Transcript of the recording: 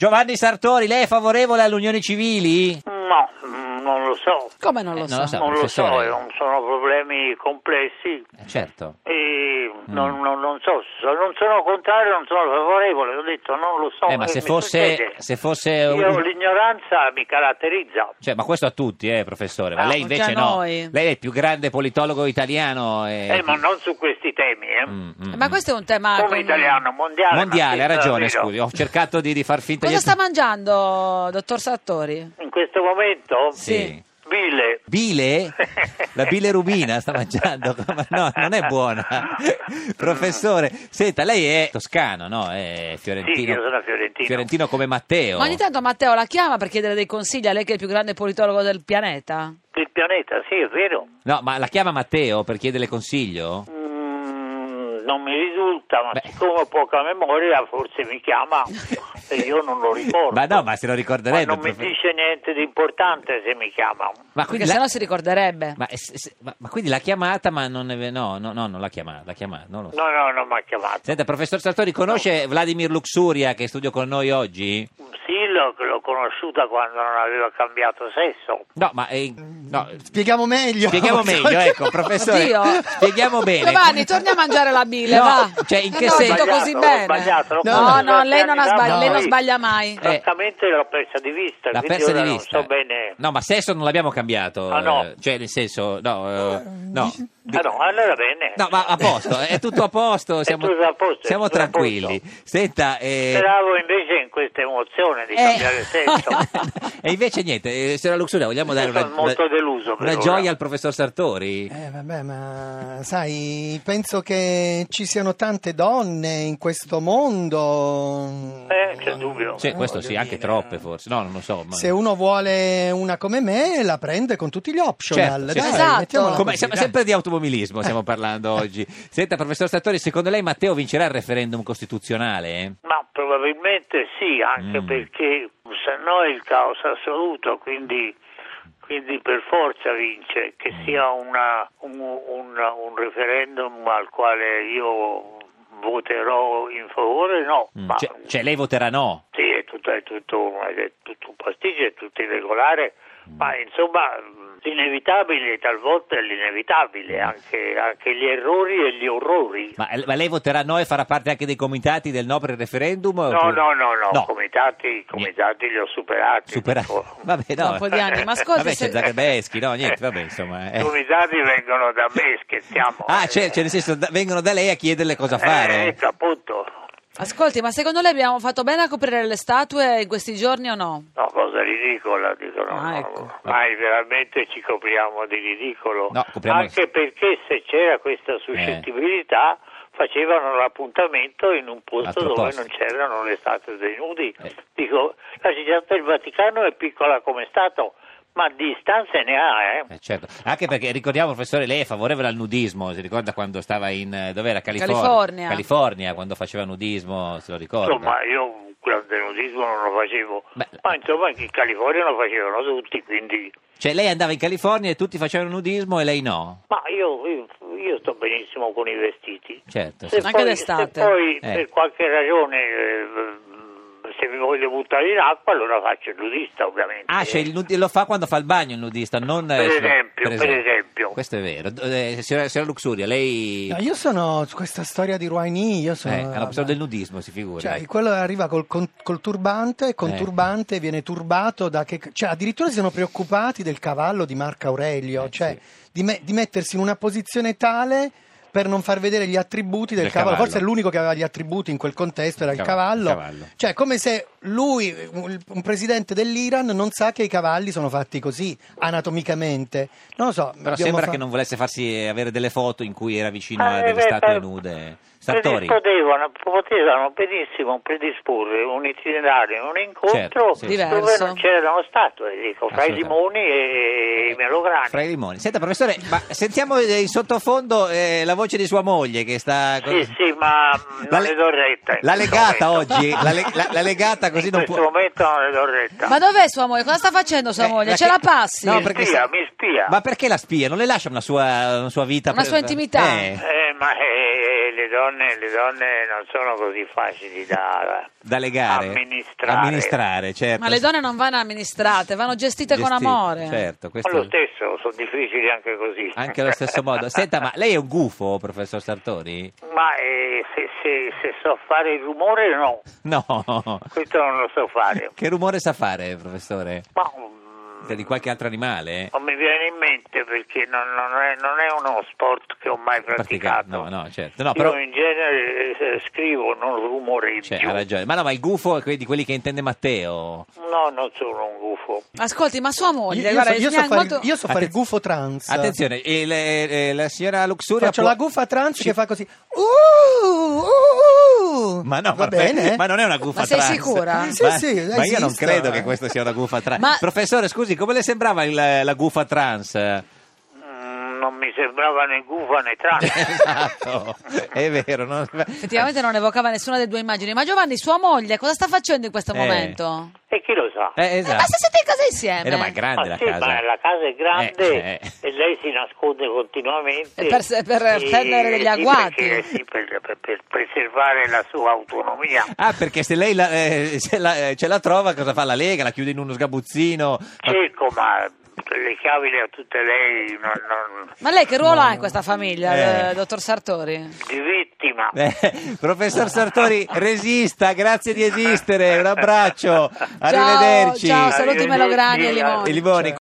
Giovanni Sartori, lei è favorevole all'unione civili? No, mm, non lo so. Come non lo Eh, so? non lo so. Non lo so, professore. eh, sono problemi complessi Eh, Certo. e non, non- non so, so- non sono contrario, non sono favorevole, ho detto non lo so. Eh, ma e se mi fosse, succede. se fosse Io un- l'ignoranza mi caratterizza. Cioè, ma questo a tutti, eh, professore, ma Ah, lei non c'è invece no. noi. Lei è il più grande politologo italiano. eh. Eh, ma non su questi temi, eh. Mm, mm, Ma mm. questo è un tema come comune. italiano, mondiale. Mondiale, ma ha sì, ragione, davvero. scusi, ho cercato di, di far finta Cosa di... sta mangiando, dottor Sartori? In questo momento, Sì. Bile, Bile? La bile rubina sta mangiando? Ma no, non è buona. Professore, senta, lei è toscano, no? È fiorentino. Sì, io sono fiorentino. Fiorentino come Matteo. Ma ogni tanto Matteo la chiama per chiedere dei consigli a lei che è il più grande politologo del pianeta? il pianeta, sì, è vero. No, ma la chiama Matteo per chiederle consiglio? Mm, non mi risulta, ma Beh. siccome ho poca memoria, forse mi chiama e io non lo ricordo. Ma no, ma se lo Ma ricorderebbe. non mi profe- dice niente di importante se mi chiama. Ma Perché quindi la- sennò si ricorderebbe. ma- eh, se- se- ma- ma quindi l'ha chiamata, ma non è... No, no, no, non l'ha chiamata, l'ha chiamata, non lo so. No, no, non mi ha chiamato. Senta, professor Sartori, conosce Vladimir Luxuria che è in studio con noi oggi? Sì, l'ho, l'ho conosciuta quando non aveva cambiato sesso. No, ma... eh, Mm. no, Spieghiamo meglio. Spieghiamo meglio, ecco, professore. Oddio. Spieghiamo bene. Giovanni, torna a mangiare la bile, No, va. cioè, in Eh che no, senso? è tutto così Ho bene. sbagliato, l'ho No, No, fatto no, tanti lei non, ha anni fa, sbagliato, ma lei non sì. sbaglia mai. Eh, Esattamente l'ho persa di vista, L'ha quindi persa ora di vista. non so bene. No, ma sesso non l'abbiamo cambiato. Ah, no. eh, Cioè, nel senso, no. eh, no. Ah, no, allora bene. No, ma a posto, è tutto a posto, È siamo, tutto a posto, è siamo tutto a tranquilli. posto. Senta, eh, Speravo invece in questa emozione di Eh. cambiare sesso. e invece niente, eh, signora Luxuria, vogliamo dare una, Sono molto una- deluso per una ora. gioia al professor Sartori? Eh, vabbè, ma sai, penso che ci siano tante donne in questo mondo. Eh, c'è dubbio. Sì, Eh, questo voglio sì, anche dire, troppe forse. No, non lo so. Ma... Se uno vuole una come me, la prende con tutti gli Certo, optional. sì, dai, sì. Esatto. mettiamola Come- così, siamo dai. sempre di automobilismo stiamo parlando oggi. Senta, professor Sartori, secondo lei Matteo vincerà il referendum costituzionale? Ma probabilmente sì, anche Mm. perché se no è il caos assoluto, quindi, quindi per forza vince, che Mm. sia una- un, un- un referendum al quale io voterò in favore, no, Mm, ma Cioè, cioè lei voterà no? sì, è tutto, è tutto- è tutto un pasticcio, è tutto irregolare, Mm. ma insomma l'inevitabile talvolta è Mm. l'inevitabile, anche, anche gli errori e gli orrori. Ma, ma lei voterà no e farà parte anche dei comitati del no per il referendum? No, no, no, no, comitati, i comitati li ho superati. Supera- Vabbè, no. Da un po' di anni. Ma ascolti, Vabbè, c'è se- Zagrebeschi, no, niente, vabbè, insomma. eh. I comitati vengono da me, scherziamo. Ah, cioè, cioè, nel senso, da- vengono da lei a chiederle cosa Eh, fare. ecco, appunto. Ascolti, ma secondo lei abbiamo fatto bene a coprire le statue in questi giorni o no? No, cosa ridicola, dicono. Ah, no, ecco. Mai veramente ci copriamo di ridicolo. No, copriamo- Anche perché se c'era questa suscettibilità facevano l'appuntamento in un posto Eh. Altro dove posto. non c'erano le statue dei nudi. Eh. Dico, la città del Vaticano è piccola come Stato, ma di stanze ne ha, eh. Eh, certo. Anche perché ricordiamo, professore, lei è favorevole al nudismo. Si ricorda quando stava in. eh, dov'era? California. California. California, quando faceva nudismo, se lo ricorda. Insomma, io grande nudismo non lo facevo, Beh, ma insomma in California lo facevano tutti, quindi... Cioè, lei andava in California e tutti facevano nudismo e lei no. Ma io, io, io sto benissimo con i vestiti. Certo. Se sì. Anche poi, d'estate. Se poi Eh. per qualche ragione, eh, se mi voglio buttare in acqua, allora faccio il nudista ovviamente. Ah, cioè il nudi- lo fa quando fa il bagno il nudista, non eh, Per sulla- esempio, per esempio. Questo è vero. D- eh, signora, signora Luxuria, lei No, io sono su questa storia di Ruaini, io eh, sono... è una persona del nudismo, si figura. ecco. Cioè, quello arriva col, con- col turbante, con Eh. turbante viene turbato da che... Cioè, addirittura si sono preoccupati del cavallo di Marco Aurelio, Eh, cioè sì. di, me- di mettersi in una posizione tale per non far vedere gli attributi del, Del cavallo. cavallo. Forse l'unico che aveva gli attributi in quel contesto era il Il cavallo. cavallo, il cavallo. Cioè, come se lui, un un presidente dell'Iran, non sa che i cavalli sono fatti così, anatomicamente. Non lo so. Però abbiamo sembra fa- che non volesse farsi eh, avere delle foto in cui era vicino Ah, a eh, delle beh, statue per- nude. Sartori. Predisporevano- potevano benissimo predisporre un itinerario, un incontro Certo, sì, sì. dove Diverso. non c'erano statue, dico, fra i Assolutamente. limoni e i melograni. Fra i limoni. Senta, professore, ma sentiamo eh, in sottofondo eh, la voce di sua moglie che sta. Sì, sì, ma mm, non La le do retta. in la questo legata momento. oggi, la, le- la- la legata così in non questo può. momento non le do retta. Ma dov'è sua moglie? Cosa sta facendo sua Eh, moglie? la Ce che- la passi? No, Mi perché spia, sa- mi spia. Ma perché la spia? Non le lascia una sua, una sua vita? Una sua intimità. Eh. Eh, ma eh, le, le donne, le donne non sono così facili da, da legare? Amministrare. Amministrare, certo. Ma le donne non vanno amministrate, vanno gestite con Gestite, amore. Certo, Ma questo- lo stesso, sono difficili anche così. anche allo stesso modo. Senta, ma lei è un gufo, professor Sartori? Ma eh, se, se- se so fare il rumore no, No. questo non lo so fare. Che rumore sa fare, professore? Cioè, Ma, mm, Di qualche altro animale? non mi viene in mente perché non, non è, non è uno sport che ho mai Pratica- No, praticato. no, certo. No, però... Io in genere eh, scrivo, non rumoreggio. Cioè, ha ragione. Ma no, ma il gufo è que- di quelli che intende Matteo. No, non sono un gufo. Ascolti, ma sua moglie, Io, io guarda, so, io so mi ha fare, molto- io so fare il Attenz- gufo trans. Attenzione, il- eh, la signora Luxuria Faccio può- la gufa trans che fa così. Uh, uh, uh. Ma no, va ma- bene. ma non è una gufa Ma sei trans. sicura? Sì, ma, sì, eh. ma io non esiste. credo che questa sia una gufa trans. Ma- Professore, scusi, come le sembrava il- la gufa trans? Mm, non mi sembrava né gufa né trans. esatto, è vero. non- Effettivamente non evocava nessuna delle due immagini. Ma Giovanni, sua moglie, cosa sta facendo in questo Eh. momento? e chi lo sa? Eh, esatto. Ma se siete in casa insieme? Eh, no, ma è grande la Ah, sì, casa. ma la casa è grande Eh, eh. e lei si nasconde continuamente E per- per prendere degli sì, agguati. perché- sì, per, per- per preservare la sua autonomia. Ah, perché se lei la, eh, se la- eh, ce la trova, cosa fa? La lega, la chiude in uno sgabuzzino? Cerco, ma le chiavi le ha tutte lei, non- non- Ma lei che ruolo ha in questa famiglia, Eh. eh, dottor Sartori? di vittima. Eh, professor Sartori, resista, grazie di esistere. Un abbraccio, arrivederci. Ciao, saluti Arrivederci. Melograni e Limoni. E Livoni,